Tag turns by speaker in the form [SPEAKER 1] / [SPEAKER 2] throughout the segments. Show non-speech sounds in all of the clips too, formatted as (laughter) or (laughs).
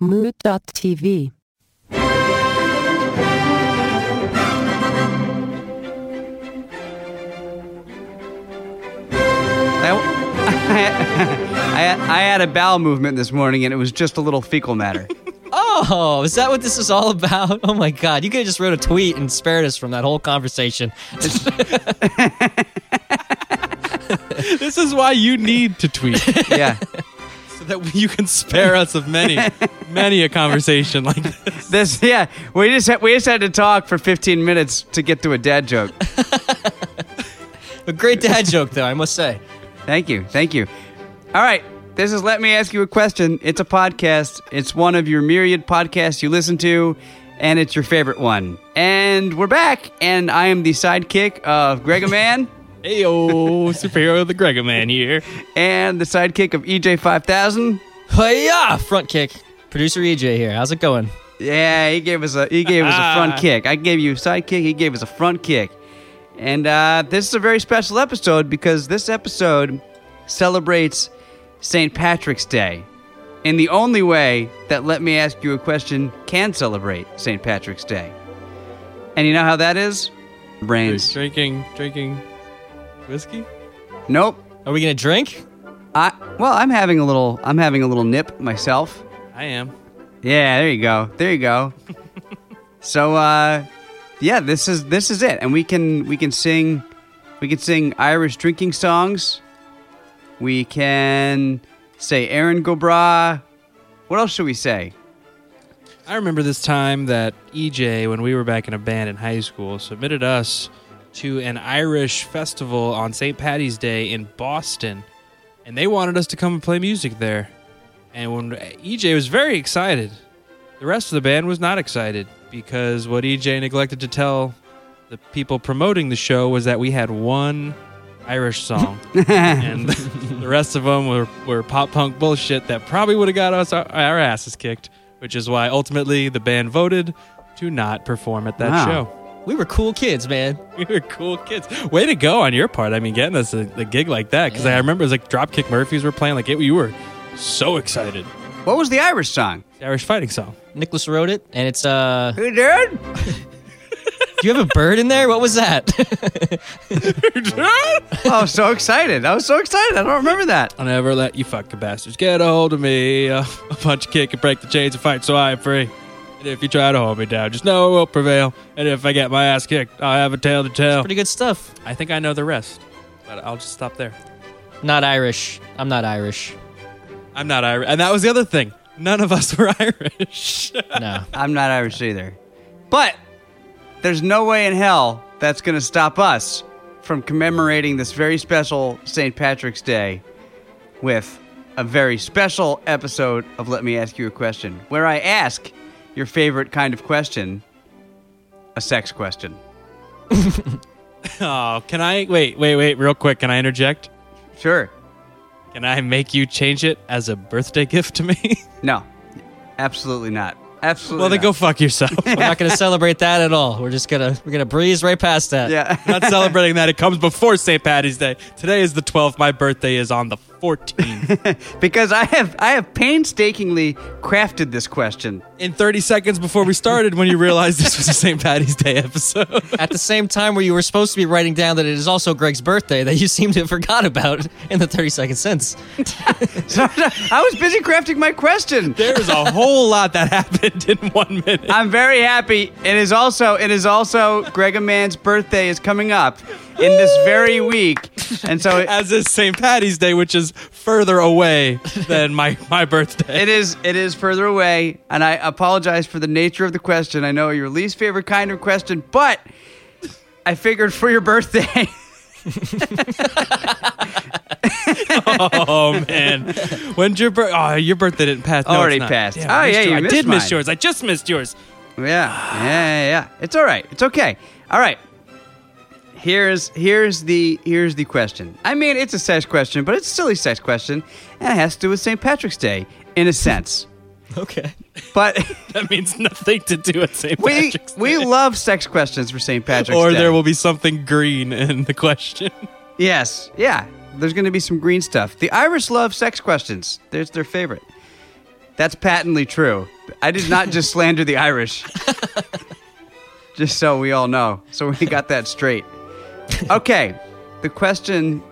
[SPEAKER 1] Mood.tv.
[SPEAKER 2] I, I, I had a bowel movement this morning and it was just a little fecal matter.
[SPEAKER 3] Oh, is that what this is all about? Oh my God. You could have just wrote a tweet and spared us from that whole conversation.
[SPEAKER 4] (laughs) This is why you need to tweet
[SPEAKER 2] yeah.
[SPEAKER 4] so that you can spare us of many, many a conversation like this.
[SPEAKER 2] This yeah, we just had, we just had to talk for 15 minutes to get to a dad joke.
[SPEAKER 3] A great dad joke, though, I must say.
[SPEAKER 2] Thank you. Thank you. All right. This is Let Me Ask You a Question. It's a podcast. It's one of your myriad podcasts you listen to, and it's your favorite one. And we're back, and I am the sidekick of Greg Man
[SPEAKER 4] Hey, superhero the Gregor man here.
[SPEAKER 2] and the sidekick of E EJ5000.
[SPEAKER 3] Hiya! Front kick. Producer EJ here. How's it going?
[SPEAKER 2] Yeah, he gave us a he gave us a front kick. I gave you a side kick. He gave us a front kick. And uh, this is a very special episode because this episode celebrates St. Patrick's Day in the only way that let me ask you a question can celebrate St. Patrick's Day. And you know how that is? Brains.
[SPEAKER 4] Drinking, drinking whiskey?
[SPEAKER 2] Nope.
[SPEAKER 3] Are we going to drink?
[SPEAKER 2] I well, I'm having a little I'm having a little nip myself.
[SPEAKER 4] I am.
[SPEAKER 2] Yeah, there you go. There you go. so uh yeah, this is this is it. And we can we can sing we can sing Irish drinking songs. We can say Aaron Gobra. What else should we say?
[SPEAKER 4] I remember this time that EJ, when we were back in a band in high school, submitted us to an Irish festival on St. Patty's Day in Boston, and they wanted us to come and play music there. And when EJ was very excited, the rest of the band was not excited because what EJ neglected to tell the people promoting the show was that we had one
[SPEAKER 3] (laughs)
[SPEAKER 4] Irish song, and the rest of them were, were pop punk bullshit that probably would have got us our, our asses kicked, which is why ultimately the band voted to not perform at that
[SPEAKER 2] Wow.
[SPEAKER 4] show. (laughs)
[SPEAKER 3] We were cool kids, man.
[SPEAKER 4] We were cool kids. Way to go on your part. I mean, getting us a, a gig like that because I remember it was like Dropkick Murphys were playing. Like it, you were so excited.
[SPEAKER 2] What was the Irish song?
[SPEAKER 4] The Irish fighting song.
[SPEAKER 3] Nicholas wrote it, and it's, uh,
[SPEAKER 2] Who did?
[SPEAKER 3] do you have a bird in there? What was that? (laughs)
[SPEAKER 2] I was Oh, so excited. I was so excited. I don't remember that.
[SPEAKER 4] I'll never let you fucking bastards get a hold of me. (laughs) Uh, a punch, kick, and break the chains and fight so I am free. And if you try to hold me down, just know it will prevail. And if I get my ass kicked, I'll have a tale to tell.
[SPEAKER 3] Pretty good stuff.
[SPEAKER 4] I think I know the rest, but I'll just stop there.
[SPEAKER 3] Not Irish. I'm not Irish.
[SPEAKER 4] I'm not Irish. And that was the other thing. None of us were (laughs) Irish.
[SPEAKER 3] No.
[SPEAKER 2] I'm not Irish either. But there's no way in hell that's going to stop us from commemorating this very special St. Patrick's Day with a very special episode of Let Me Ask You a Question, where I ask your favorite kind of question a sex question.
[SPEAKER 4] (laughs) oh, can I? Wait, wait, wait, real quick. Can I interject?
[SPEAKER 2] Sure.
[SPEAKER 4] Can I make you change it as a birthday (laughs) gift to me?
[SPEAKER 2] No, absolutely not. Absolutely.
[SPEAKER 4] well, then
[SPEAKER 2] not.
[SPEAKER 4] go fuck (laughs) yourself.
[SPEAKER 3] We're not going to celebrate that at all. We're just going to, we're going to breeze right past that.
[SPEAKER 2] Yeah.
[SPEAKER 4] (laughs)
[SPEAKER 2] (laughs)
[SPEAKER 4] not celebrating that. It comes before St. Patty's Day. Today is the 12th. My birthday is on the 14th.
[SPEAKER 2] because I have I have painstakingly crafted this question.
[SPEAKER 4] (laughs)
[SPEAKER 2] (laughs)
[SPEAKER 4] In 30 seconds before we started, when you realized this was a St. Patty's Day episode,
[SPEAKER 3] At the same time where you were supposed to be writing down that it is also Greg's birthday that you seem to have forgot about in the 30 second sense.
[SPEAKER 2] So I was busy crafting my question.
[SPEAKER 4] there was a whole lot that happened in one minute.
[SPEAKER 2] I'm very happy. It is also it is also Greg Man's birthday is coming up in this very week, and so it,
[SPEAKER 4] As is St. Patty's Day, which is further (laughs) away than my, my (laughs) birthday.
[SPEAKER 2] it is it is further away. And I apologize for the nature of the question. I know your least favorite kind of question, but I figured for your birthday. (laughs)
[SPEAKER 4] Oh man, when's your birthday? Oh, your birthday didn't pass. No,
[SPEAKER 2] Already
[SPEAKER 4] it's not.
[SPEAKER 2] passed.
[SPEAKER 4] Damn,
[SPEAKER 2] Oh,
[SPEAKER 4] I missed
[SPEAKER 2] yeah,
[SPEAKER 4] your-
[SPEAKER 2] you
[SPEAKER 4] I
[SPEAKER 2] missed
[SPEAKER 4] did
[SPEAKER 2] mine.
[SPEAKER 4] miss yours. I just missed yours.
[SPEAKER 2] Yeah, yeah, yeah, yeah. It's all right. It's okay. All right. Here's here's the here's the question. I mean, it's a sex question, but it's a silly sex question, and it has to do with St. Patrick's Day in a sense.
[SPEAKER 3] Okay.
[SPEAKER 4] (laughs)
[SPEAKER 2] But (laughs)
[SPEAKER 4] That means nothing to do with St.
[SPEAKER 2] we
[SPEAKER 4] Patrick's Day.
[SPEAKER 2] we love sex questions for St. Patrick's
[SPEAKER 4] or
[SPEAKER 2] Day.
[SPEAKER 4] there will be something green in the question.
[SPEAKER 2] yes, yeah. There's going to be some green stuff. The Irish love sex questions. There's their favorite. That's patently true. I did not just (laughs) slander the Irish. just so we all know. So we got that straight. Okay. The question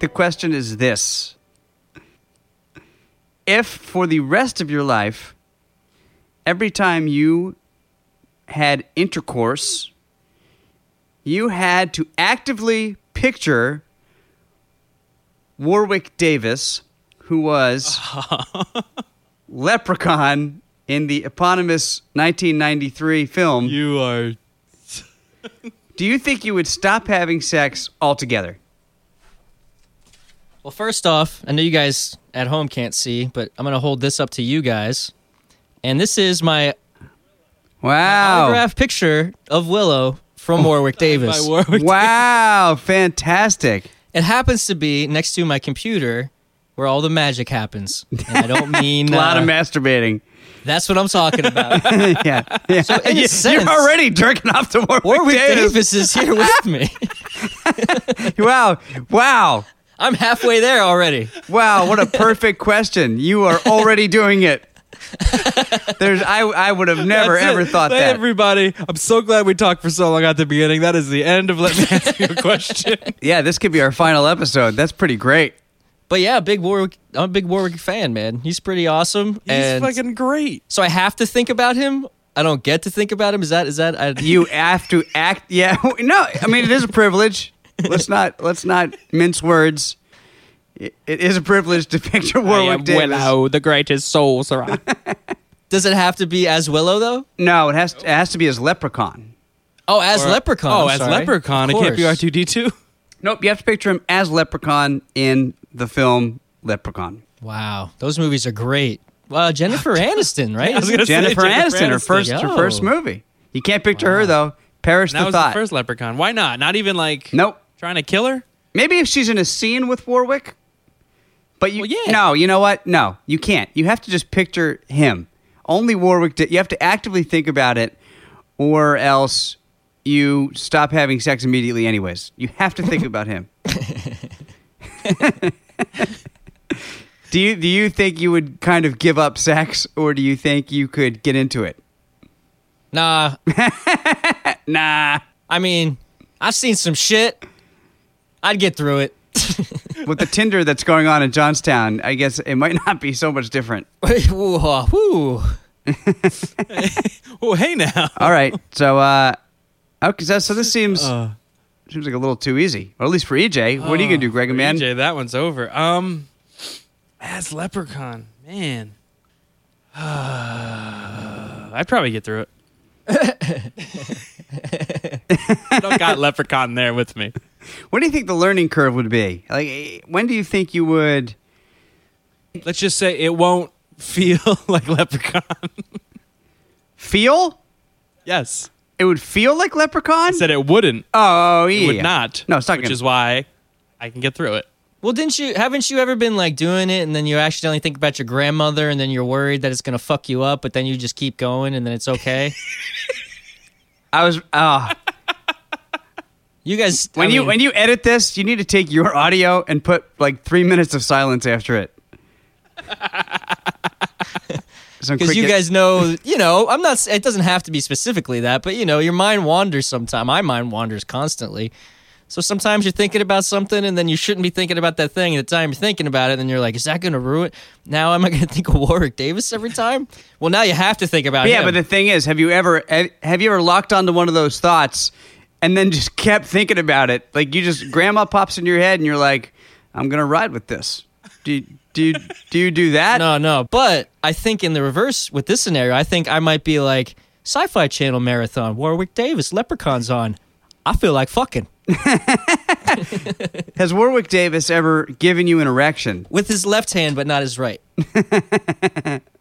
[SPEAKER 2] the question is this. If for the rest of your life every time you had intercourse, you had to actively picture Warwick Davis, who was Leprechaun in the eponymous 1993 film.
[SPEAKER 4] You are.
[SPEAKER 2] Do you think you would stop having sex altogether?
[SPEAKER 3] (laughs) Well, first off, I know you guys at home can't see, but I'm going to hold this up to you guys. And this is my
[SPEAKER 2] Wow. Oh.
[SPEAKER 3] autograph (laughs) picture of Willow
[SPEAKER 2] (laughs)
[SPEAKER 3] from Warwick Davis.
[SPEAKER 4] My word.
[SPEAKER 2] Wow, fantastic.
[SPEAKER 3] It happens to be next to my computer where all the magic happens. And
[SPEAKER 2] (laughs)
[SPEAKER 3] I don't mean
[SPEAKER 2] A lot
[SPEAKER 3] uh,
[SPEAKER 2] of masturbating.
[SPEAKER 3] That's what I'm
[SPEAKER 2] (laughs)
[SPEAKER 3] talking about.
[SPEAKER 2] yeah. yeah. So
[SPEAKER 3] in a sense-
[SPEAKER 2] You're already jerking off to Warwick,
[SPEAKER 3] Warwick
[SPEAKER 2] Davis.
[SPEAKER 3] Davis is here with me.
[SPEAKER 2] (laughs) Wow. Wow.
[SPEAKER 3] I'm halfway there already.
[SPEAKER 2] Wow, what a perfect question. You are already doing it. There's I I would have (laughs) never
[SPEAKER 4] That's it.
[SPEAKER 2] ever thought
[SPEAKER 4] Hey,
[SPEAKER 2] that.
[SPEAKER 4] Everybody, I'm so glad we talked for so long at the beginning. That is the end of Let Me Ask You
[SPEAKER 2] (laughs)
[SPEAKER 4] a Question.
[SPEAKER 2] yeah, this could be our final episode. That's pretty great.
[SPEAKER 3] But yeah, big Warwick. I'm a big Warwick fan, man. He's pretty awesome.
[SPEAKER 4] He's
[SPEAKER 3] and
[SPEAKER 4] fucking great.
[SPEAKER 3] so I have to think about him. I don't get to think about him. Is that is that? I,
[SPEAKER 2] You have to act yeah. (laughs) No, I mean it is a privilege. Let's not let's not mince words. It, it is a privilege to picture Warwick Davis.
[SPEAKER 4] the greatest soul, (laughs) Sarah.
[SPEAKER 3] does it have to be as Willow though?
[SPEAKER 2] No, it has it has to be as leprechaun.
[SPEAKER 3] Oh, as Leprechaun.
[SPEAKER 4] Oh,
[SPEAKER 3] I'm
[SPEAKER 4] as
[SPEAKER 3] sorry.
[SPEAKER 4] Leprechaun.
[SPEAKER 3] Of
[SPEAKER 4] It can't be
[SPEAKER 3] course.
[SPEAKER 4] R2D2.
[SPEAKER 2] Nope, you have to picture him as leprechaun in the film Leprechaun.
[SPEAKER 3] Wow, those movies are great. Well, (laughs) Jennifer Aniston, right?
[SPEAKER 4] I was gonna say
[SPEAKER 2] Jennifer, Aniston, her first her
[SPEAKER 3] Yo.
[SPEAKER 2] first movie. You can't picture her though. Perish
[SPEAKER 4] That
[SPEAKER 2] the
[SPEAKER 4] was
[SPEAKER 2] thought.
[SPEAKER 4] the first Leprechaun. Why not? Not even like
[SPEAKER 2] Nope.
[SPEAKER 4] trying to kill her.
[SPEAKER 2] Maybe if she's in a scene with Warwick, but you
[SPEAKER 3] Well, yeah.
[SPEAKER 2] no, you know what? No, you can't. You have to just picture him. Only Warwick. Did, you have to actively think about it, or else you stop having sex immediately. Anyways, you have to think about
[SPEAKER 3] (laughs)
[SPEAKER 2] him. do you do you think you would kind of give up sex, or do you think you could get into it?
[SPEAKER 4] (laughs)
[SPEAKER 3] Nah,
[SPEAKER 2] Nah,
[SPEAKER 3] I mean, I've seen some shit. I'd get through it. (laughs)
[SPEAKER 2] with the Tinder that's going on in Johnstown, I guess it might not be so much different.
[SPEAKER 3] Woo, ah, woo.
[SPEAKER 4] Oh, hey now.
[SPEAKER 2] All
[SPEAKER 4] (laughs)
[SPEAKER 2] right. So, uh, okay. So, so this seems
[SPEAKER 4] Uh,
[SPEAKER 2] seems like a little too easy, or at least for EJ. What are you gonna do, Greg? Man,
[SPEAKER 4] EJ, E that one's over. Um, as Leprechaun, man. (sighs) I'd probably get through it. I don't got Leprechaun there with me.
[SPEAKER 2] what do you think the learning curve would be? Like, eh, when do you think you would?
[SPEAKER 4] Let's just say it won't feel (laughs) like Leprechaun.
[SPEAKER 2] Feel
[SPEAKER 4] yes.
[SPEAKER 2] it would feel like leprechaun.
[SPEAKER 4] I said it wouldn't.
[SPEAKER 2] oh, yeah.
[SPEAKER 4] It would not.
[SPEAKER 2] No, it's not
[SPEAKER 4] Which
[SPEAKER 2] gonna-
[SPEAKER 4] is why I can get through it.
[SPEAKER 3] Well, didn't you? Haven't you ever been like doing it, and then you accidentally think about your grandmother, and then you're worried that it's gonna fuck you up, but then you just keep going, and then it's
[SPEAKER 4] (laughs)
[SPEAKER 3] okay.
[SPEAKER 2] I was. Uh,
[SPEAKER 3] you guys,
[SPEAKER 2] when
[SPEAKER 3] I
[SPEAKER 2] you
[SPEAKER 3] mean,
[SPEAKER 2] when you edit this, you need to take your audio and put like three minutes of silence after
[SPEAKER 4] (laughs)
[SPEAKER 2] it. Some
[SPEAKER 3] because you
[SPEAKER 2] cricket-
[SPEAKER 3] guys know, you know, I'm not. It doesn't have to be specifically that, but you know, your mind wanders sometimes. My mind wanders constantly. So sometimes you're thinking about something, and then you shouldn't be thinking about that thing. At the time you're thinking about it, and then you're like, "Is that going to ruin?" Now am I going to (laughs) think of Warwick Davis every time? Well, now you have to think about.
[SPEAKER 2] Yeah,
[SPEAKER 3] him.
[SPEAKER 2] but the thing is, have you ever have you ever locked onto one of those thoughts and then just kept thinking about it? Like you just grandma pops in your head and you're like, I'm gonna ride with this. Do you, do you, do you do that?
[SPEAKER 3] No, no. But I think in the reverse with this scenario, I think I might be like Sci Fi Channel Marathon, Warwick Davis, Leprechaun's on. I feel like fucking
[SPEAKER 2] Has Warwick Davis ever given you an erection?
[SPEAKER 3] with his left hand, but not his right.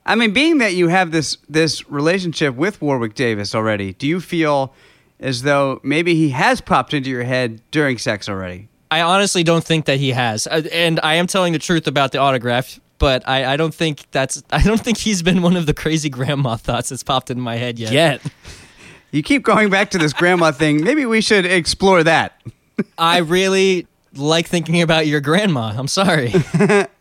[SPEAKER 2] I mean, being that you have this this relationship with Warwick Davis already, do you feel as though maybe he has popped into your head during sex already?
[SPEAKER 3] I honestly don't think that he has. Uh, And I am telling the truth about the autograph. But I, I don't think that's (laughs) I don't think he's been one of the crazy grandma thoughts that's popped in my head yet.
[SPEAKER 4] Yet.
[SPEAKER 2] You keep going back to this grandma thing. Maybe we should explore that. (laughs)
[SPEAKER 3] I really like thinking about your grandma. I'm sorry.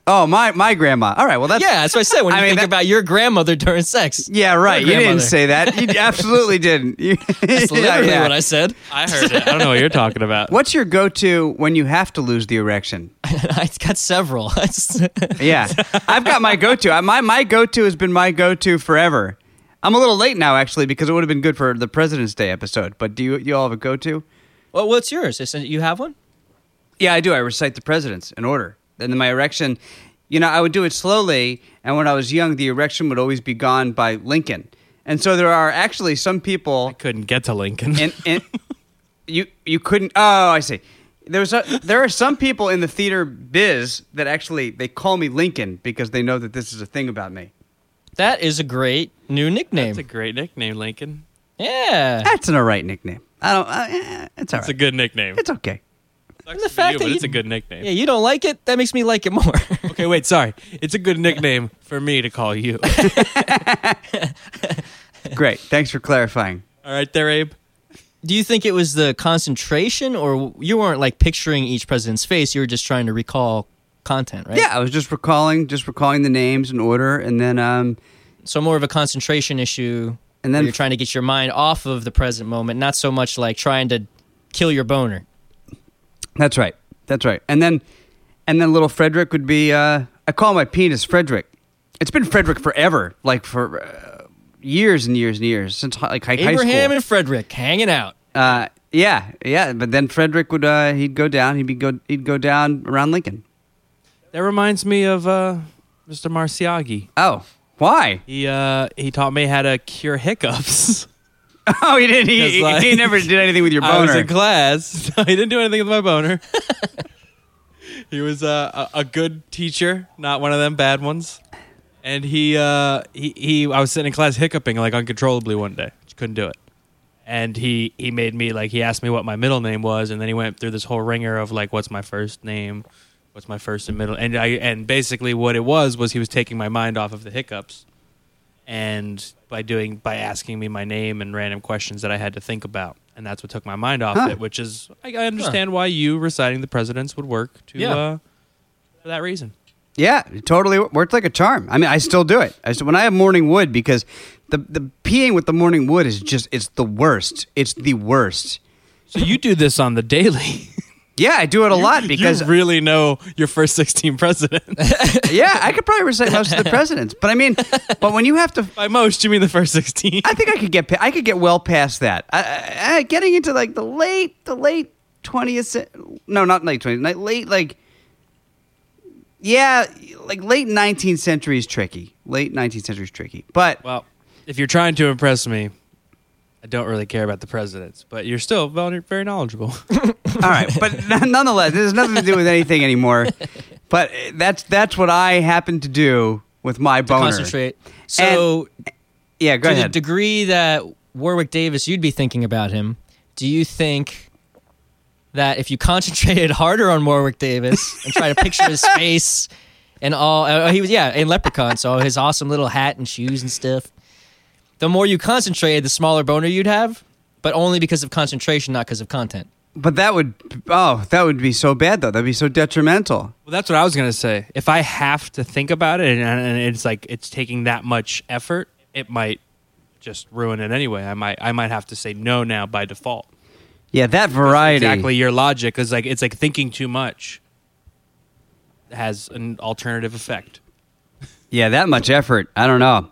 [SPEAKER 2] Oh, my my grandma. All right. Well, that's
[SPEAKER 3] Yeah, that's what I said. When
[SPEAKER 2] I
[SPEAKER 3] you
[SPEAKER 2] mean,
[SPEAKER 3] think
[SPEAKER 2] that-
[SPEAKER 3] about your grandmother during sex,
[SPEAKER 2] Yeah, right. You
[SPEAKER 3] Your
[SPEAKER 2] didn't
[SPEAKER 3] grandmother.
[SPEAKER 2] say that.
[SPEAKER 3] (laughs)
[SPEAKER 2] You absolutely didn't. You-
[SPEAKER 3] that's
[SPEAKER 2] Yeah,
[SPEAKER 3] literally
[SPEAKER 2] yeah.
[SPEAKER 3] what I said. (laughs)
[SPEAKER 4] I heard it. I don't know what you're talking about.
[SPEAKER 2] What's your go-to when you have to lose the erection?
[SPEAKER 3] I got several. (laughs) I just-
[SPEAKER 2] Yeah, I've got my go-to. I- My my go-to has been my go-to forever. I'm a little late now, actually, because it would have been good for the President's Day episode. But do you you all have a go-to?
[SPEAKER 3] well, what's yours? Is- You have one?
[SPEAKER 2] Yeah, I do. I recite the presidents in order. And then my erection, you know, I would do it slowly. And when I was young, the erection would always be gone by Lincoln. And so there are actually some people
[SPEAKER 4] Couldn't get to Lincoln.
[SPEAKER 2] and, and you you couldn't. Oh, I see. There's a, there are some people in the theater biz that actually they call me Lincoln because they know that this is a thing about me.
[SPEAKER 3] That is a great new nickname.
[SPEAKER 4] That's a great nickname, Lincoln.
[SPEAKER 3] yeah.
[SPEAKER 2] That's an alright nickname. I don't. I- eh, it's
[SPEAKER 4] It's a
[SPEAKER 2] alright.
[SPEAKER 4] good nickname.
[SPEAKER 2] It's okay.
[SPEAKER 4] Sucks
[SPEAKER 3] the
[SPEAKER 4] for
[SPEAKER 3] fact
[SPEAKER 4] you,
[SPEAKER 3] that
[SPEAKER 4] but
[SPEAKER 3] you-
[SPEAKER 4] it's a good nickname.
[SPEAKER 3] Yeah, you don't like it? That makes me like it more. (laughs)
[SPEAKER 4] Okay, wait, sorry. It's a good nickname for me to call you.
[SPEAKER 2] Great. Thanks for clarifying.
[SPEAKER 4] All right, there, Abe.
[SPEAKER 3] Do you think it was the concentration or you weren't like picturing each president's face, you were just trying to recall content, right?
[SPEAKER 2] Yeah, I was just recalling just recalling the names in order, and then um,
[SPEAKER 3] So more of a concentration issue
[SPEAKER 2] And
[SPEAKER 3] and
[SPEAKER 2] then-
[SPEAKER 3] then you're trying to get your mind off of the present moment, not so much like trying to kill your boner.
[SPEAKER 2] That's right. That's right. And then, and then little Frederick would be. Uh, I call my penis Frederick. It's been Frederick forever, like for uh, years and years and years since hi- like high, high school.
[SPEAKER 3] Abraham and Frederick hanging out.
[SPEAKER 2] uh, yeah, yeah. But then Frederick would uh, he'd go down. He'd be go he'd go down around Lincoln.
[SPEAKER 4] (laughs) That reminds me of uh, Mr. Marciagi.
[SPEAKER 2] Oh, why? (laughs)
[SPEAKER 4] He uh, he taught me how to cure hiccups.
[SPEAKER 2] Oh, he didn't. He,
[SPEAKER 4] It's
[SPEAKER 2] he-
[SPEAKER 4] like-
[SPEAKER 2] he never did anything with your
[SPEAKER 4] (laughs) I was
[SPEAKER 2] boner.
[SPEAKER 4] in class. (laughs) No, he didn't do anything with my boner. (laughs) he was uh, a, a good teacher, not one of them bad ones. And he, uh, he, he, I was sitting in class hiccuping like uncontrollably one day. Just couldn't do it. And he, he made me like he asked me what my middle name was, and then he went through this whole ringer of like what's my first name, what's my first and middle, and I and basically what it was was he was taking my mind off of the hiccups, and by doing by asking me my name and random questions that I had to think about, and that's what took my mind off
[SPEAKER 2] Huh.
[SPEAKER 4] it. Which is I, I understand why you reciting the presidents would work to
[SPEAKER 3] Yeah.
[SPEAKER 4] uh, for that reason.
[SPEAKER 2] Yeah, it totally worked like a charm. I mean, I still do it. I still, when I have morning wood because the the peeing with the morning wood is just it's the worst. It's the worst.
[SPEAKER 4] So you do this on the daily.
[SPEAKER 2] Yeah, I do it a lot because
[SPEAKER 4] (laughs) you really know your first 16 (laughs) presidents.
[SPEAKER 2] yeah, I could probably recite most
[SPEAKER 4] (laughs)
[SPEAKER 2] of the presidents. But I mean, but when you have to,
[SPEAKER 4] By most, you mean the first 16.
[SPEAKER 2] I think I could get pa- I could get well past that. I, I, I- getting into like the late the late twentieth, no, not late twentieth, late like yeah, like late nineteenth century is tricky. Late nineteenth century is tricky, but
[SPEAKER 4] Well, if you're trying to impress me, I don't really care about the presidents, but you're still very, very knowledgeable.
[SPEAKER 2] All right,
[SPEAKER 3] (laughs)
[SPEAKER 2] but n- nonetheless, it has nothing to do with anything anymore. But uh, that's that's what I happen to do with my boner.
[SPEAKER 3] Concentrate. So
[SPEAKER 2] Yeah, go
[SPEAKER 3] to
[SPEAKER 2] ahead.
[SPEAKER 3] the degree that Warwick Davis, you'd be thinking about him. Do you think that if you (laughs) concentrated harder on Warwick Davis and try to picture
[SPEAKER 2] (laughs)
[SPEAKER 3] his face and all, uh, he was yeah in Leprechaun, so his awesome little hat and shoes and stuff. The more you concentrated, the smaller boner you'd have, but only because of concentration, not because of content.
[SPEAKER 2] but that would oh, that would be so bad though. That'd be so detrimental.
[SPEAKER 4] Well, that's what I was gonna say. If I have to think about it, and, and it's like it's taking that much effort, it might just ruin it anyway. I might, I might have to say no now by default.
[SPEAKER 2] Yeah, that variety.
[SPEAKER 4] Exactly, your logic is like it's like thinking too much has an alternative effect.
[SPEAKER 2] Yeah, that much effort. I don't know.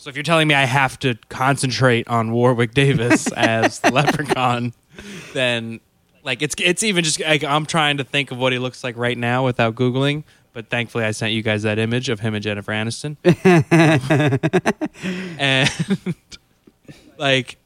[SPEAKER 4] So if you're telling me I have to concentrate on Warwick
[SPEAKER 2] (laughs)
[SPEAKER 4] Davis as the leprechaun, then like it's it's even just like I'm trying to think of what he looks like right now without googling. But thankfully, I sent you guys that image of him and Jennifer Aniston,
[SPEAKER 2] (laughs)
[SPEAKER 4] and like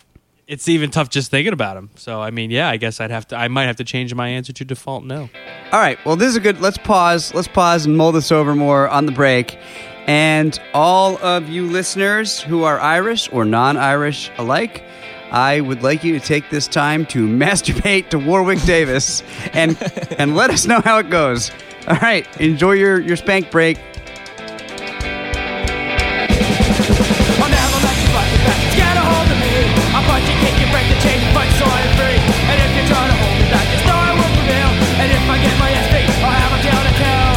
[SPEAKER 4] it's even tough just thinking about him. So I mean, yeah, I guess I'd have to. I might have to change my answer to default no.
[SPEAKER 2] All right. Well, this is a good. Let's pause. Let's pause and mull this over more on the break. And all of you listeners who are Irish or non Irish alike, I would like you to take this time to (laughs) masturbate to Warwick Davis and and let us know how it goes. All right. Enjoy your, your spank break.
[SPEAKER 1] I'll never let you fight back. Get a hold of me. I'll punch you, kick you, break the chain, fight so I'm free. And if you try to hold me back, just know I will prevail. And if I get my ass beat, I'll have a tale to tell.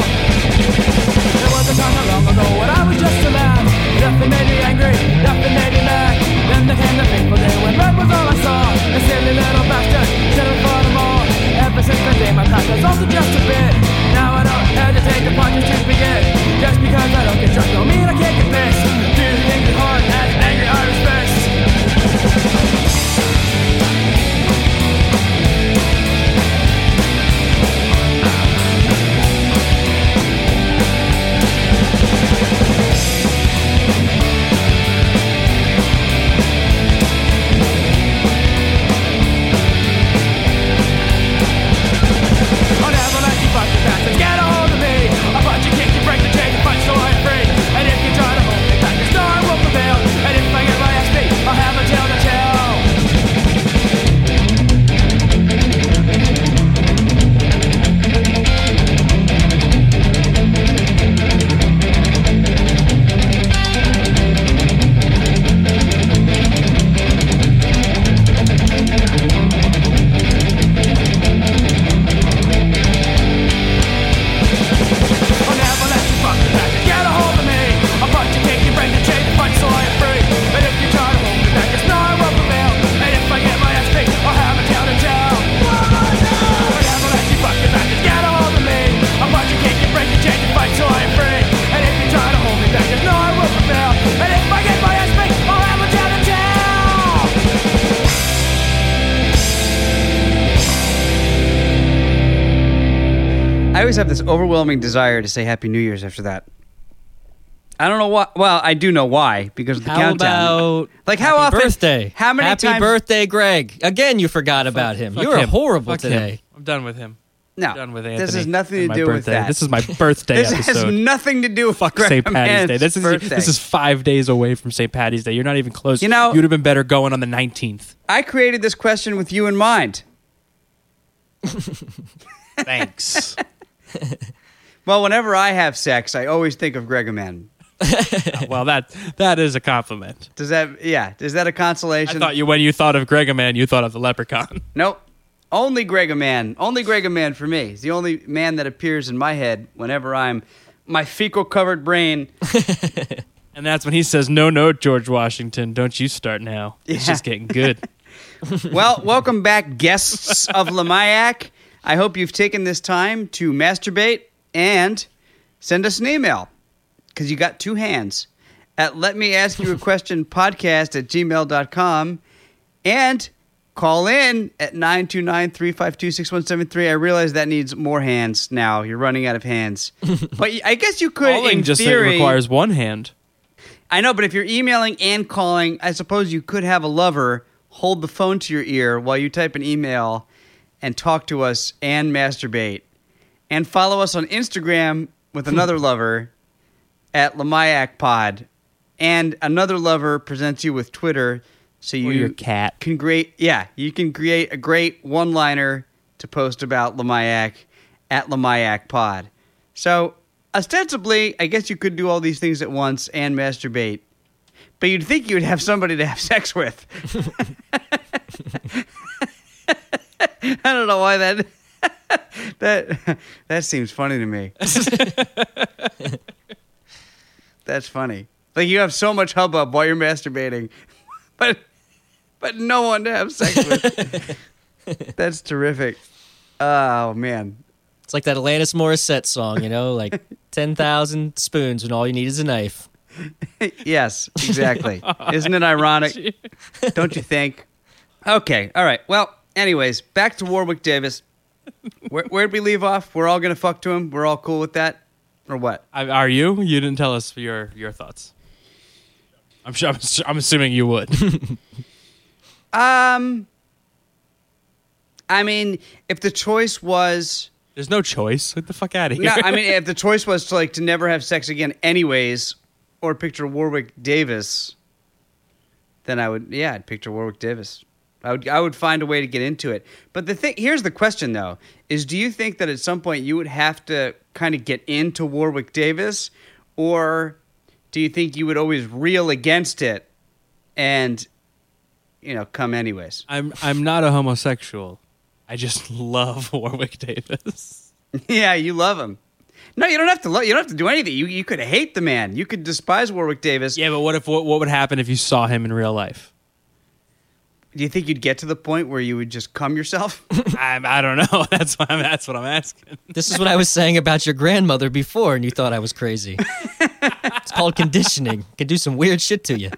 [SPEAKER 2] always have this overwhelming desire to say Happy New Year's after that. I don't know why. Well, I do know why because of the
[SPEAKER 3] How
[SPEAKER 2] countdown.
[SPEAKER 3] about
[SPEAKER 2] like how
[SPEAKER 3] happy
[SPEAKER 2] often?
[SPEAKER 3] Birthday.
[SPEAKER 2] How many
[SPEAKER 3] happy
[SPEAKER 2] times?
[SPEAKER 3] birthday, Greg? Again, you forgot about him.
[SPEAKER 4] Fuck
[SPEAKER 3] You are
[SPEAKER 4] him.
[SPEAKER 3] horrible
[SPEAKER 4] Fuck him.
[SPEAKER 3] today.
[SPEAKER 4] I'm done with him.
[SPEAKER 2] no,
[SPEAKER 4] I'm done with Anthony.
[SPEAKER 2] this has nothing
[SPEAKER 4] and
[SPEAKER 2] to
[SPEAKER 4] my
[SPEAKER 2] do with
[SPEAKER 4] birthday.
[SPEAKER 2] that. (laughs)
[SPEAKER 4] This is my birthday
[SPEAKER 2] this has
[SPEAKER 4] episode.
[SPEAKER 2] nothing to do with
[SPEAKER 4] Fuck
[SPEAKER 2] Graham
[SPEAKER 4] St. Patty's Day.
[SPEAKER 2] Hand's
[SPEAKER 4] This is
[SPEAKER 2] birthday.
[SPEAKER 4] this is five days away from St. Patty's Day. You're not even close.
[SPEAKER 2] You know-
[SPEAKER 4] you'd have been better going on the 19th.
[SPEAKER 2] I created this question with you in mind.
[SPEAKER 4] Thanks.
[SPEAKER 2] Well, whenever I have sex, I always think of Gregor Man.
[SPEAKER 4] (laughs) well, that that is a compliment.
[SPEAKER 2] Does that? Yeah. Is that a
[SPEAKER 4] I
[SPEAKER 2] consolation?
[SPEAKER 4] thought you when you thought of Greg man, you thought of the leprechaun. (laughs)
[SPEAKER 2] Nope. Only Greg a man. Only Greg a man for me. He's the only man that appears in my head whenever I'm my fecal covered brain.
[SPEAKER 4] And that's when he says, "No, no, George Washington, don't you start now. It's
[SPEAKER 2] Yeah.
[SPEAKER 4] just getting good."
[SPEAKER 2] Well, welcome back, guests of Lamayak. I hope you've taken this time to masturbate and send us an email because you got two hands at let me ask you a
[SPEAKER 4] (laughs)
[SPEAKER 2] question podcast at gmail.com and call in at 929-352-6173 i realize that needs more hands now you're running out of
[SPEAKER 4] (laughs)
[SPEAKER 2] hands (laughs) but y- i guess you could
[SPEAKER 4] Calling
[SPEAKER 2] in
[SPEAKER 4] just
[SPEAKER 2] theory,
[SPEAKER 4] requires one hand.
[SPEAKER 2] I know, but if you're emailing and calling, I suppose you could have a lover hold the phone to your ear while you type an email and talk to us and masturbate. And follow us on Instagram with another lover at Lamayak Pod. And another lover presents you with Twitter so you
[SPEAKER 4] your cat.
[SPEAKER 2] can create yeah, you can create a great one liner to post about Lamayak at Lamayak Pod. So ostensibly, I guess you could do all these things at once and masturbate. But you'd think you'd have somebody to have sex with. (laughs) I don't know why that (laughs) that that seems funny to me. That's funny. Like you have so much hubbub while you're masturbating, (laughs) but but no one to have sex with. That's terrific. Oh man.
[SPEAKER 3] It's like that Alanis Morissette song, you know, like 10,000 spoons when all you need is a knife.
[SPEAKER 2] yes, exactly. Isn't it ironic? Don't you think? Okay, all right. Well, anyways, back to Warwick Davis. Where, where'd we leave off? We're all gonna fuck to him. We're all cool with that, or what?
[SPEAKER 4] I, are you? You didn't tell us your your thoughts. I'm sure. I'm, su- I'm assuming you would. (laughs)
[SPEAKER 2] Um, I mean, if the choice was
[SPEAKER 4] There's no choice. Get the fuck out of here.
[SPEAKER 2] (laughs) no, I mean, if the choice was to like to never have sex again, anyways, or picture Warwick Davis, then I would, yeah, I'd picture Warwick Davis. I would, I would find a way to get into it. But the thing, here's the question though: is do you think that at some point you would have to kind of get into Warwick Davis, or do you think you would always reel against it and, you know, come anyways? (laughs)
[SPEAKER 4] I'm I'm not a homosexual. I just (laughs) love Warwick Davis.
[SPEAKER 2] Yeah, you love him. No, you don't have to love. You don't have to do anything. You you could hate the man. You could despise Warwick Davis.
[SPEAKER 4] Yeah, but what if what, what would happen if you saw him in real (laughs) life?
[SPEAKER 2] Do you think you'd get to the point where you would just cum yourself? (laughs)
[SPEAKER 4] I I don't know. (laughs) That's why I'm, that's what I'm asking.
[SPEAKER 3] This is what I was saying about your grandmother before, and you thought I was crazy. it's called conditioning. Can do some weird shit to you.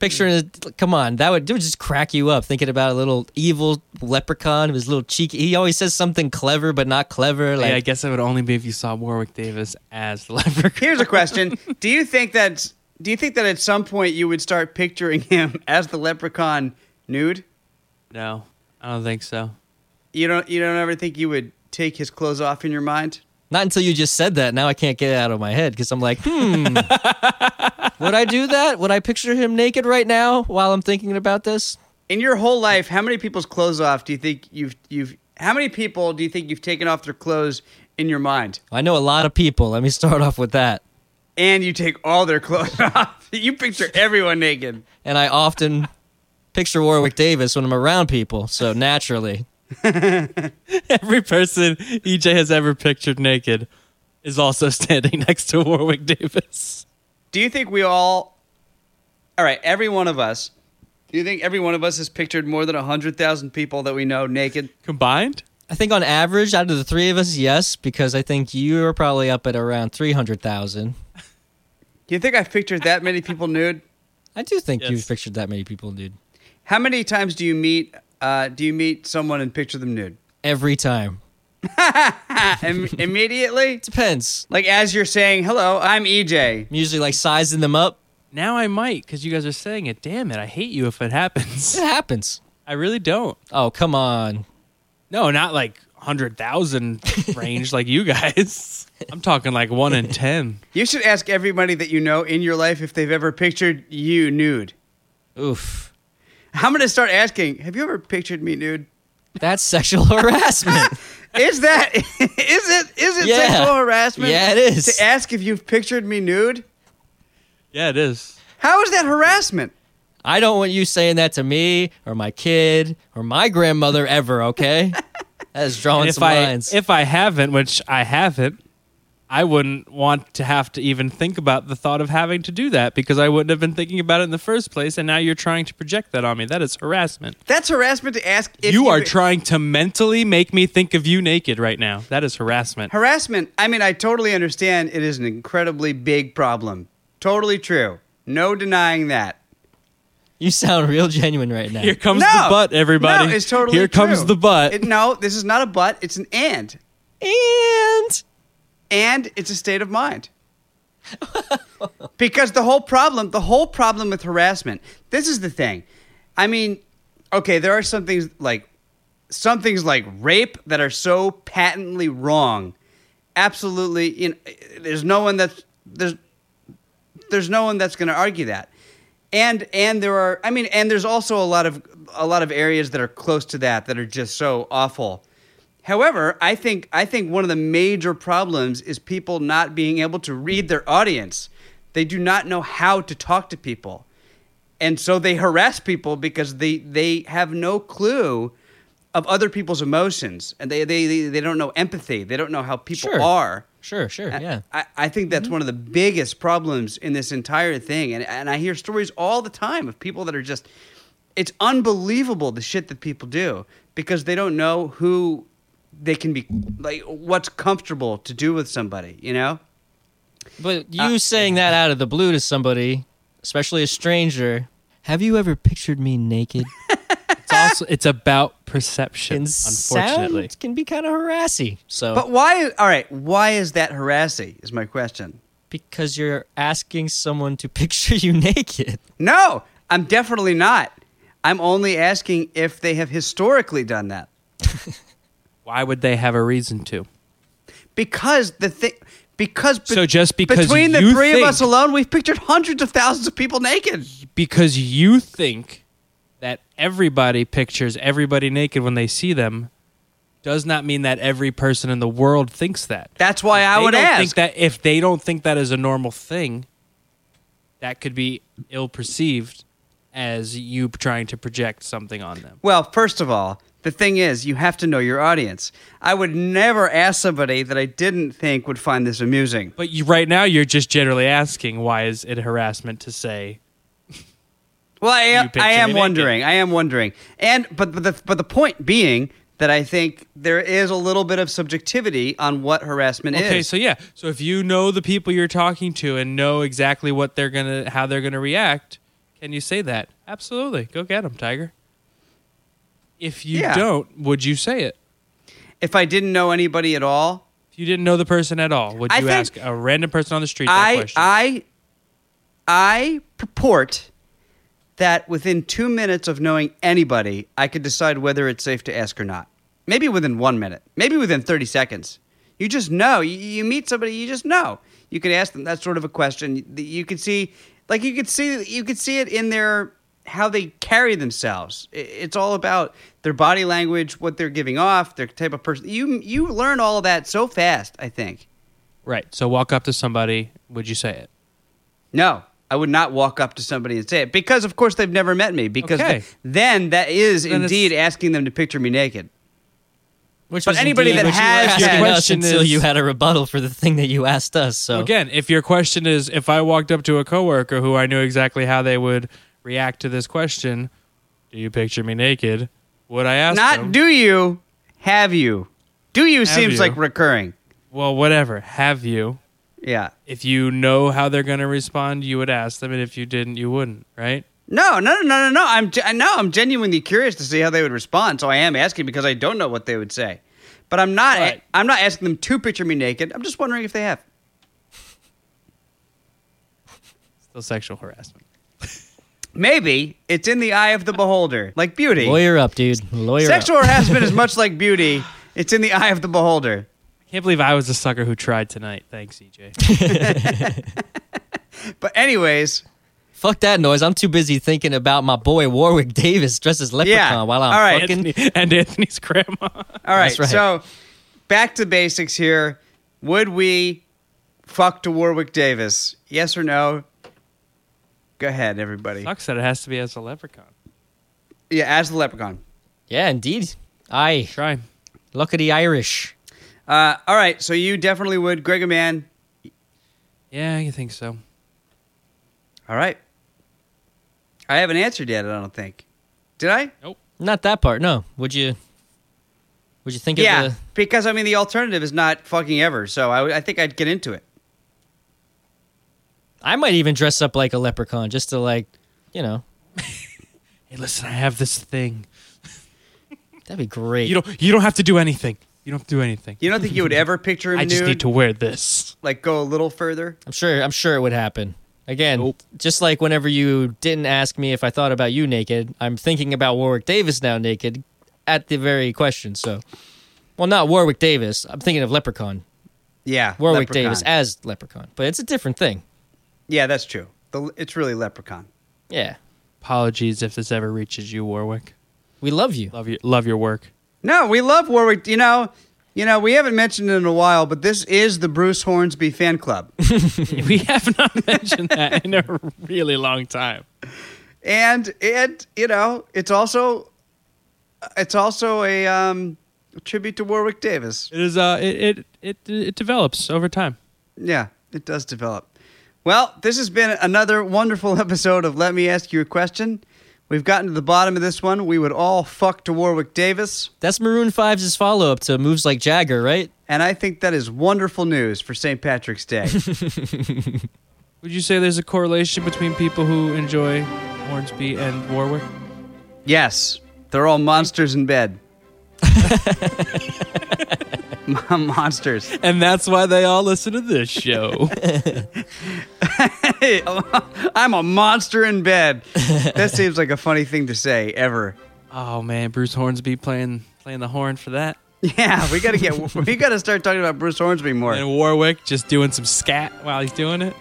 [SPEAKER 3] Picturing it, come on, that would, it would just crack you up thinking about a little evil leprechaun with his little cheeky. He always says something clever, but not clever. Like,
[SPEAKER 4] yeah, I guess it would only be if you saw Warwick Davis as the (laughs) leprechaun.
[SPEAKER 2] Here's a question: Do you think that do you think that at some point you would start picturing him (laughs) as the leprechaun nude?
[SPEAKER 4] No, I don't think so.
[SPEAKER 2] You don't you don't ever think you would take his clothes off in your mind?
[SPEAKER 3] Not until you just said that. Now I can't get it out of my head because I'm like, hmm.
[SPEAKER 4] (laughs)
[SPEAKER 3] would I do that? Would I picture him naked right now while I'm thinking about this?
[SPEAKER 2] In your whole life, how many people's clothes off do you think you've you've how many people do you think you've taken off their clothes in your mind?
[SPEAKER 3] I know a lot of people. Let me start off with that.
[SPEAKER 2] And you take all their (laughs) clothes off. You picture everyone naked.
[SPEAKER 3] And I often picture Warwick Davis when I'm around people. So naturally,
[SPEAKER 4] (laughs) Every person EJ has ever pictured naked is also (laughs) standing next to Warwick Davis.
[SPEAKER 2] Do you think we all, all right, every one of us, do you think every one of us has pictured more than 100,000 people that we know naked?
[SPEAKER 4] Combined?
[SPEAKER 3] I think on average, out of the three of us, yes, because I think you're probably up at around 300,000.
[SPEAKER 2] Do you think I've pictured that many people nude?
[SPEAKER 3] I do think
[SPEAKER 4] Yes.
[SPEAKER 3] you've pictured that many people nude
[SPEAKER 2] How many times do you meet, uh, do you meet someone and picture them nude? Uh,
[SPEAKER 3] every time. (laughs)
[SPEAKER 2] Im- immediately?
[SPEAKER 3] Depends.
[SPEAKER 2] Like as you're saying, hello, I'm E EJ.
[SPEAKER 3] I'm usually like sizing them up.
[SPEAKER 4] Now I might because you guys are saying it. Damn it! I hate you if it happens. (laughs)
[SPEAKER 3] It happens.
[SPEAKER 4] I really don't.
[SPEAKER 3] Oh, come on.
[SPEAKER 4] No, not like hundred (laughs) thousand range like you (laughs) guys. I'm talking like one in ten.
[SPEAKER 2] You should ask everybody that you know in your life if they've ever pictured you nude.
[SPEAKER 3] Oof.
[SPEAKER 2] I'm going to start asking, have you ever pictured me nude?
[SPEAKER 3] That's (laughs) sexual harassment.
[SPEAKER 2] Is that (laughs) is it is it
[SPEAKER 3] Yeah.
[SPEAKER 2] sexual harassment?
[SPEAKER 3] Yeah, it is.
[SPEAKER 2] To ask if you've pictured me nude?
[SPEAKER 4] (laughs) Yeah, it is.
[SPEAKER 2] How is that harassment?
[SPEAKER 3] I don't want you saying that to me or my kid or my grandmother ever, okay? That is drawing
[SPEAKER 4] And if
[SPEAKER 3] some
[SPEAKER 4] I
[SPEAKER 3] lines.
[SPEAKER 4] if I haven't, which I haven't, I wouldn't want to have to even think about the thought of having to do that because I wouldn't have been thinking about it in the first place. And now you're trying to project that on me. That is harassment.
[SPEAKER 2] That's harassment to ask if
[SPEAKER 4] you
[SPEAKER 2] you've-
[SPEAKER 4] are trying to mentally make me think of you naked right now. That is harassment.
[SPEAKER 2] harassment. I mean, I totally understand it is an incredibly big problem. Totally true. No denying that.
[SPEAKER 3] you sound real genuine right now.
[SPEAKER 4] Here comes
[SPEAKER 2] no,
[SPEAKER 4] the butt, everybody.
[SPEAKER 2] No, it's totally
[SPEAKER 4] Here comes
[SPEAKER 2] true.
[SPEAKER 4] the butt.
[SPEAKER 2] It- no, this is not a butt. It's an and,
[SPEAKER 3] And
[SPEAKER 2] and it's a state of mind. (laughs) because the whole problem, the whole problem with harassment. This is the thing. I mean, okay, there are some things like some things like rape that are so patently wrong. Absolutely, you know, there's no one that's there's there's no one that's going to argue that. And and there are I mean and there's also a lot of a lot of areas that are close to that that are just so awful. However, I think I think one of the major problems is people not being able to read their audience. They do not know how to talk to people. And so they harass people because they they have no clue of other people's emotions and they they they, they don't know empathy. They don't know how people
[SPEAKER 3] Sure.
[SPEAKER 2] are.
[SPEAKER 3] sure, sure,
[SPEAKER 2] I-
[SPEAKER 3] yeah.
[SPEAKER 2] I, I think that's one of the biggest problems in this entire thing. And, and I hear stories all the time of people that are just, it's unbelievable the shit that people do because they don't know who they can be, like, what's comfortable to do with somebody, you know?
[SPEAKER 3] But
[SPEAKER 4] Uh,
[SPEAKER 3] you saying that out of the blue to somebody, especially a stranger, have you ever pictured me naked?
[SPEAKER 4] It's also it's about perception,
[SPEAKER 3] Can
[SPEAKER 4] unfortunately.
[SPEAKER 3] sound can be kind of harassy. So
[SPEAKER 2] But why, all right, why is that harassing is my question.
[SPEAKER 3] because you're asking someone to (laughs) picture you naked.
[SPEAKER 2] No, I'm definitely not. I'm only asking if they have historically done that.
[SPEAKER 4] Why would they have a reason to?
[SPEAKER 2] because the thing because be-
[SPEAKER 4] So just because
[SPEAKER 2] between the
[SPEAKER 4] you
[SPEAKER 2] three
[SPEAKER 4] think-
[SPEAKER 2] of us alone we've pictured hundreds of thousands of people naked
[SPEAKER 4] Because you think that everybody pictures everybody naked when they see them does not mean that every person in the world thinks that.
[SPEAKER 2] that's why i
[SPEAKER 4] They
[SPEAKER 2] would
[SPEAKER 4] don't
[SPEAKER 2] ask
[SPEAKER 4] think that if they don't think that is a normal thing, that could be ill perceived as you trying to project something on them.
[SPEAKER 2] well first of all the thing is you have to know your audience i would never ask somebody that i didn't think would find this amusing
[SPEAKER 4] But you, right now, you're just generally asking why is it harassment to say
[SPEAKER 2] Well, I am,
[SPEAKER 4] You picture
[SPEAKER 2] I
[SPEAKER 4] me
[SPEAKER 2] am
[SPEAKER 4] naked.
[SPEAKER 2] wondering. I am wondering. And but but the but the point being that I think there is a little bit of subjectivity on what harassment
[SPEAKER 4] Okay,
[SPEAKER 2] is.
[SPEAKER 4] so yeah, so if you know the people you're talking to and know exactly what they're gonna, how they're gonna react, can you say that? Absolutely, go get them, Tiger. If you
[SPEAKER 2] Yeah.
[SPEAKER 4] don't, would you say it?
[SPEAKER 2] if I didn't know anybody at all,
[SPEAKER 4] If you didn't know the person at all, would
[SPEAKER 2] I
[SPEAKER 4] you
[SPEAKER 2] think-
[SPEAKER 4] ask a random person on the street that
[SPEAKER 2] I
[SPEAKER 4] question?
[SPEAKER 2] I I purport that within two minutes of knowing anybody, I could decide whether it's safe to ask or not. Maybe within one minute. Maybe within thirty seconds. You just know. You, you meet somebody, you just know. You could ask them that sort of a question. You- You could see, like you could see, you could see it in their how they carry themselves. I- It's all about their body language, what they're giving off, their type of person. You you learn all that so fast. I think.
[SPEAKER 4] right. So walk up to somebody. Would you say it?
[SPEAKER 2] No, I would not walk up to somebody and say it because, of course, they've never met me. Because
[SPEAKER 4] Okay.
[SPEAKER 2] th- then that is
[SPEAKER 4] Then it's-
[SPEAKER 2] indeed asking them to picture me naked.
[SPEAKER 3] Which
[SPEAKER 2] But
[SPEAKER 3] was
[SPEAKER 2] anybody
[SPEAKER 3] indeed
[SPEAKER 2] that
[SPEAKER 3] what you were
[SPEAKER 2] has
[SPEAKER 3] asking
[SPEAKER 2] that-
[SPEAKER 3] us
[SPEAKER 4] Question
[SPEAKER 3] until
[SPEAKER 4] is-
[SPEAKER 3] you had a rebuttal for the thing that you asked us. So
[SPEAKER 4] Again, if your question is if I walked up to a coworker who I knew exactly how they would react to this question, do you picture me naked? Would I ask
[SPEAKER 2] not
[SPEAKER 4] them?
[SPEAKER 2] do you, have you? Do you seems
[SPEAKER 4] you.
[SPEAKER 2] like recurring.
[SPEAKER 4] well, whatever. Have you?
[SPEAKER 2] Yeah.
[SPEAKER 4] If you know how they're going to respond, you would ask them, and if you didn't, you wouldn't, right?
[SPEAKER 2] No, no, no, no, no, no. I'm ge- no, I'm genuinely curious to see how they would respond. So I am asking because I don't know what they would say. But I'm not.
[SPEAKER 3] Right.
[SPEAKER 2] I'm not asking them to picture me naked. I'm just wondering if they have.
[SPEAKER 4] Still sexual harassment.
[SPEAKER 2] Maybe it's in the eye of the beholder, like beauty.
[SPEAKER 3] Lawyer up, dude. Lawyer
[SPEAKER 2] Sexual
[SPEAKER 3] up.
[SPEAKER 2] harassment is much like beauty. It's in the eye of the beholder.
[SPEAKER 4] I can't believe I was the sucker who tried tonight. Thanks, E EJ.
[SPEAKER 2] But anyways,
[SPEAKER 3] Fuck that noise. I'm too busy thinking about my boy Warwick Davis dressed as leprechaun while I'm
[SPEAKER 2] All right.
[SPEAKER 3] fucking.
[SPEAKER 4] (laughs) Anthony, (laughs) and Anthony's grandma.
[SPEAKER 2] (laughs) all right.
[SPEAKER 3] That's right.
[SPEAKER 2] So back to basics here. Would we fuck to Warwick Davis? Yes or no? Go ahead, everybody.
[SPEAKER 4] Sucks that it has to be as a leprechaun.
[SPEAKER 2] Yeah, as the leprechaun.
[SPEAKER 3] Yeah, indeed. Aye.
[SPEAKER 4] Try.
[SPEAKER 3] Look at the Irish.
[SPEAKER 2] Uh, all right. So you definitely would, Gregor man.
[SPEAKER 4] Yeah, you think so?
[SPEAKER 2] All right. I haven't answered yet. I don't think. Did I?
[SPEAKER 3] Not that part. No. Would you? Would you think
[SPEAKER 2] yeah,
[SPEAKER 3] of the?
[SPEAKER 2] because I mean the alternative is not fucking ever. So I, would- I think I'd get into it.
[SPEAKER 3] I might even dress up like a leprechaun just to like, you know,
[SPEAKER 4] Hey, listen, I have this thing.
[SPEAKER 3] that'd be great.
[SPEAKER 4] You don't. You don't have to do anything. You don't have to do anything.
[SPEAKER 2] You don't think you would ever picture him
[SPEAKER 4] I just
[SPEAKER 2] nude?
[SPEAKER 4] need to wear this.
[SPEAKER 2] like go a little further.
[SPEAKER 3] I'm sure. I'm sure it would happen. Again,
[SPEAKER 4] Nope.
[SPEAKER 3] just like whenever you didn't ask me if I thought about you naked, I'm thinking about Warwick Davis now naked at the very question. So, well, not Warwick Davis. I'm thinking of Leprechaun.
[SPEAKER 2] Yeah,
[SPEAKER 3] Warwick
[SPEAKER 2] leprechaun.
[SPEAKER 3] Davis as Leprechaun, but it's a different thing.
[SPEAKER 2] yeah, that's true. The, it's really leprechaun.
[SPEAKER 3] Yeah,
[SPEAKER 4] Apologies if this ever reaches you, Warwick.
[SPEAKER 3] we love you.
[SPEAKER 4] Love your love your work. (laughs)
[SPEAKER 2] No, we love Warwick. You know, you know, we haven't mentioned it in a while, but this is the Bruce Hornsby fan club,
[SPEAKER 4] we have not (laughs) mentioned that in a really long time.
[SPEAKER 2] and and you know, it's also it's also a um, tribute to Warwick Davis.
[SPEAKER 4] It is. Uh, it it it, it develops over time.
[SPEAKER 2] Yeah, it does develop. Well, this has been another wonderful (laughs) episode of Let Me Ask You a Question. We've gotten to the bottom of this one. We would all fuck to Warwick Davis,
[SPEAKER 3] That's Maroon 5's follow up to moves like Jagger, right?
[SPEAKER 2] and I think that is wonderful news for St. Patrick's Day.
[SPEAKER 4] Would you say there's a correlation between people who enjoy Hornsby and Warwick?
[SPEAKER 2] yes, they're all monsters in (laughs) bed. Mon- monsters.
[SPEAKER 4] (laughs) And that's why they all listen to this show.
[SPEAKER 2] Hey, (laughs) I'm a monster in bed. That seems like a funny thing to say ever.
[SPEAKER 4] (laughs)
[SPEAKER 2] (laughs)
[SPEAKER 4] oh man, Bruce Hornsby playing playing the horn for that.
[SPEAKER 2] Yeah, we gotta get we gotta start talking about Bruce Hornsby more.
[SPEAKER 4] And Warwick just doing some scat while he's doing it.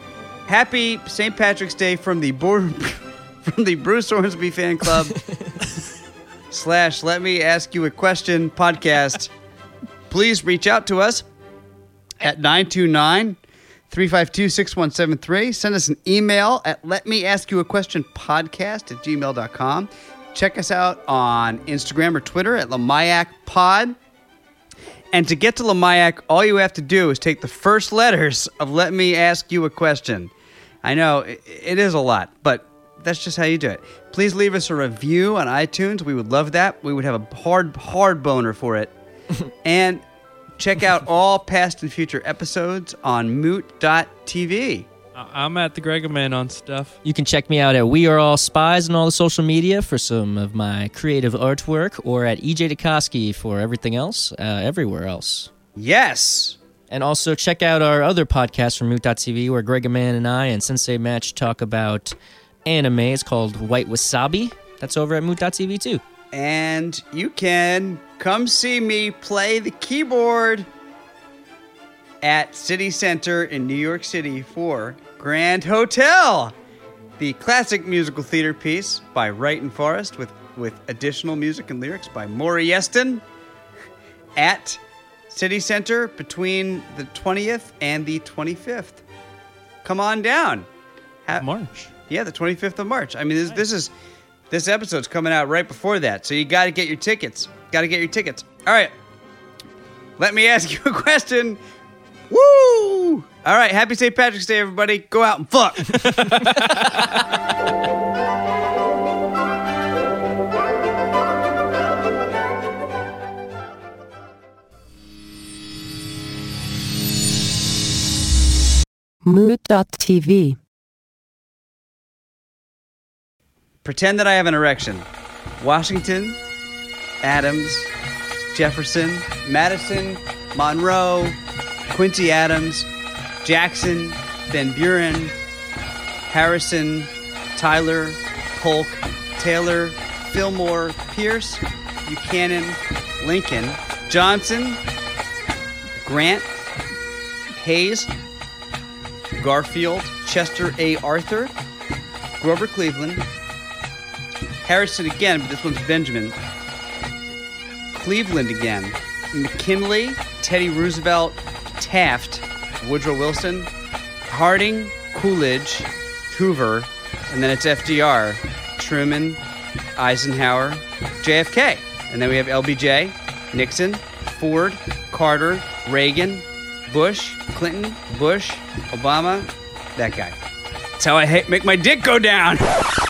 [SPEAKER 2] Happy St. Patrick's Day from the Bor- (laughs) from the Bruce Hornsby fan club slash Let Me Ask You a Question podcast. Please reach out to us at 929 352 6173. Send us an email at Let Me Ask You a Question podcast at gmail.com. Check us out on Instagram or Twitter at Lamayak Pod. And to get to Lamayak, all you have to do is take the first letters of Let Me Ask You a Question. I know it, it is a lot, but that's just how you do it. Please leave us a review on iTunes. We would love that. We would have a hard, hard boner for it. and check out all past and future episodes on moot.tv.
[SPEAKER 4] I- I'm at the Gregoman on stuff.
[SPEAKER 3] You can check me out at We Are All Spies and all the social media for some of my creative artwork, or at EJ Dukoski for everything else, uh, everywhere else.
[SPEAKER 2] Yes.
[SPEAKER 3] And also check out our other podcast from Moot.tv where Greg Aman and I and Sensei Match talk about anime. It's called White Wasabi. That's over at Moot.tv too.
[SPEAKER 2] And you can come see me play the keyboard at City Center in New York City for Grand Hotel, the classic musical theater piece by Wright and Forrest with, with additional music and lyrics by Maury Yeston at City Center between the 20th and the 25th. Come on down. Ha-
[SPEAKER 4] March.
[SPEAKER 2] yeah, the 25th of March. I mean, this, this is this episode's coming out right before that, so you got to get your tickets. Got to get your tickets. All right. Let me ask (laughs) you a question. Woo! All right, happy St. Patrick's Day, everybody. Go out and fuck.
[SPEAKER 5] Mood.tv.
[SPEAKER 2] Pretend that I have an erection. Washington, Adams, Jefferson, Madison, Monroe, Quincy Adams, Jackson, Van Buren, Harrison, Tyler, Polk, Taylor, Fillmore, Pierce, Buchanan, Lincoln, Johnson, Grant, Hayes, Garfield, Chester A. Arthur, Grover Cleveland, Harrison again, but this one's Benjamin, Cleveland again, McKinley, Teddy Roosevelt, Taft, Woodrow Wilson, Harding, Coolidge, Hoover, and then it's FDR, Truman, Eisenhower, JFK. And then we have LBJ, Nixon, Ford, Carter, Reagan, Bush, Clinton, Bush, Obama, that guy. That's how I ha- make my dick go down. (laughs)